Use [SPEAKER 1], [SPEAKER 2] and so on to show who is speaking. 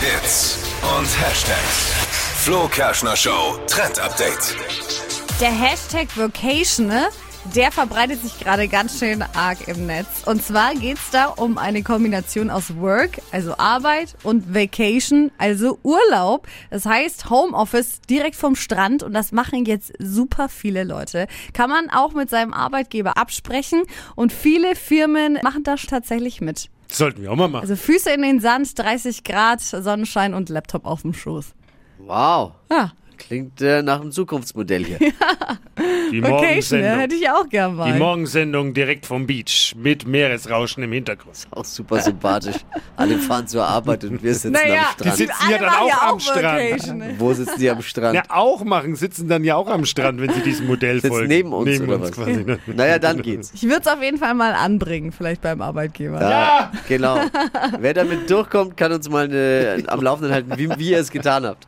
[SPEAKER 1] Hits und Hashtags. Flo Kerschner Show Trend Update.
[SPEAKER 2] Der Hashtag Vocational, der verbreitet sich gerade ganz schön arg im Netz. Und zwar geht's da um eine Kombination aus Work, also Arbeit, und Vacation, also Urlaub. Das heißt Homeoffice direkt vom Strand und das machen jetzt super viele Leute. Kann man auch mit seinem Arbeitgeber absprechen und viele Firmen machen das tatsächlich mit.
[SPEAKER 3] Das sollten wir auch mal machen.
[SPEAKER 2] Also Füße in den Sand, 30 Grad, Sonnenschein und Laptop auf dem Schoß. Ah,
[SPEAKER 4] Wow.
[SPEAKER 2] Ja.
[SPEAKER 4] Klingt äh, nach einem Zukunftsmodell hier.
[SPEAKER 2] Vacation, ne?
[SPEAKER 3] Die Morgensendung.
[SPEAKER 2] hätte ich auch gern
[SPEAKER 3] Die
[SPEAKER 2] mal.
[SPEAKER 3] Morgensendung direkt vom Beach mit Meeresrauschen im Hintergrund.
[SPEAKER 4] Auch super sympathisch. Alle fahren zur Arbeit und wir sitzen
[SPEAKER 2] naja,
[SPEAKER 4] am Strand.
[SPEAKER 3] sitzen ja
[SPEAKER 2] alle
[SPEAKER 3] dann
[SPEAKER 2] machen
[SPEAKER 3] auch
[SPEAKER 2] ja
[SPEAKER 3] am
[SPEAKER 2] auch
[SPEAKER 3] Strand.
[SPEAKER 2] Vacation. ne?
[SPEAKER 4] Wo sitzen die am Strand?
[SPEAKER 3] Ja, auch machen, sitzen dann ja auch am Strand, wenn sie diesem Modell
[SPEAKER 4] sitzen
[SPEAKER 3] folgen.
[SPEAKER 4] neben uns oder was?
[SPEAKER 3] quasi. Ne?
[SPEAKER 4] Naja, dann geht's.
[SPEAKER 2] Ich würde es auf jeden Fall mal anbringen, vielleicht beim Arbeitgeber.
[SPEAKER 4] Ja, genau. Wer damit durchkommt, kann uns mal äh, am Laufenden halten, wie, wie ihr es getan habt.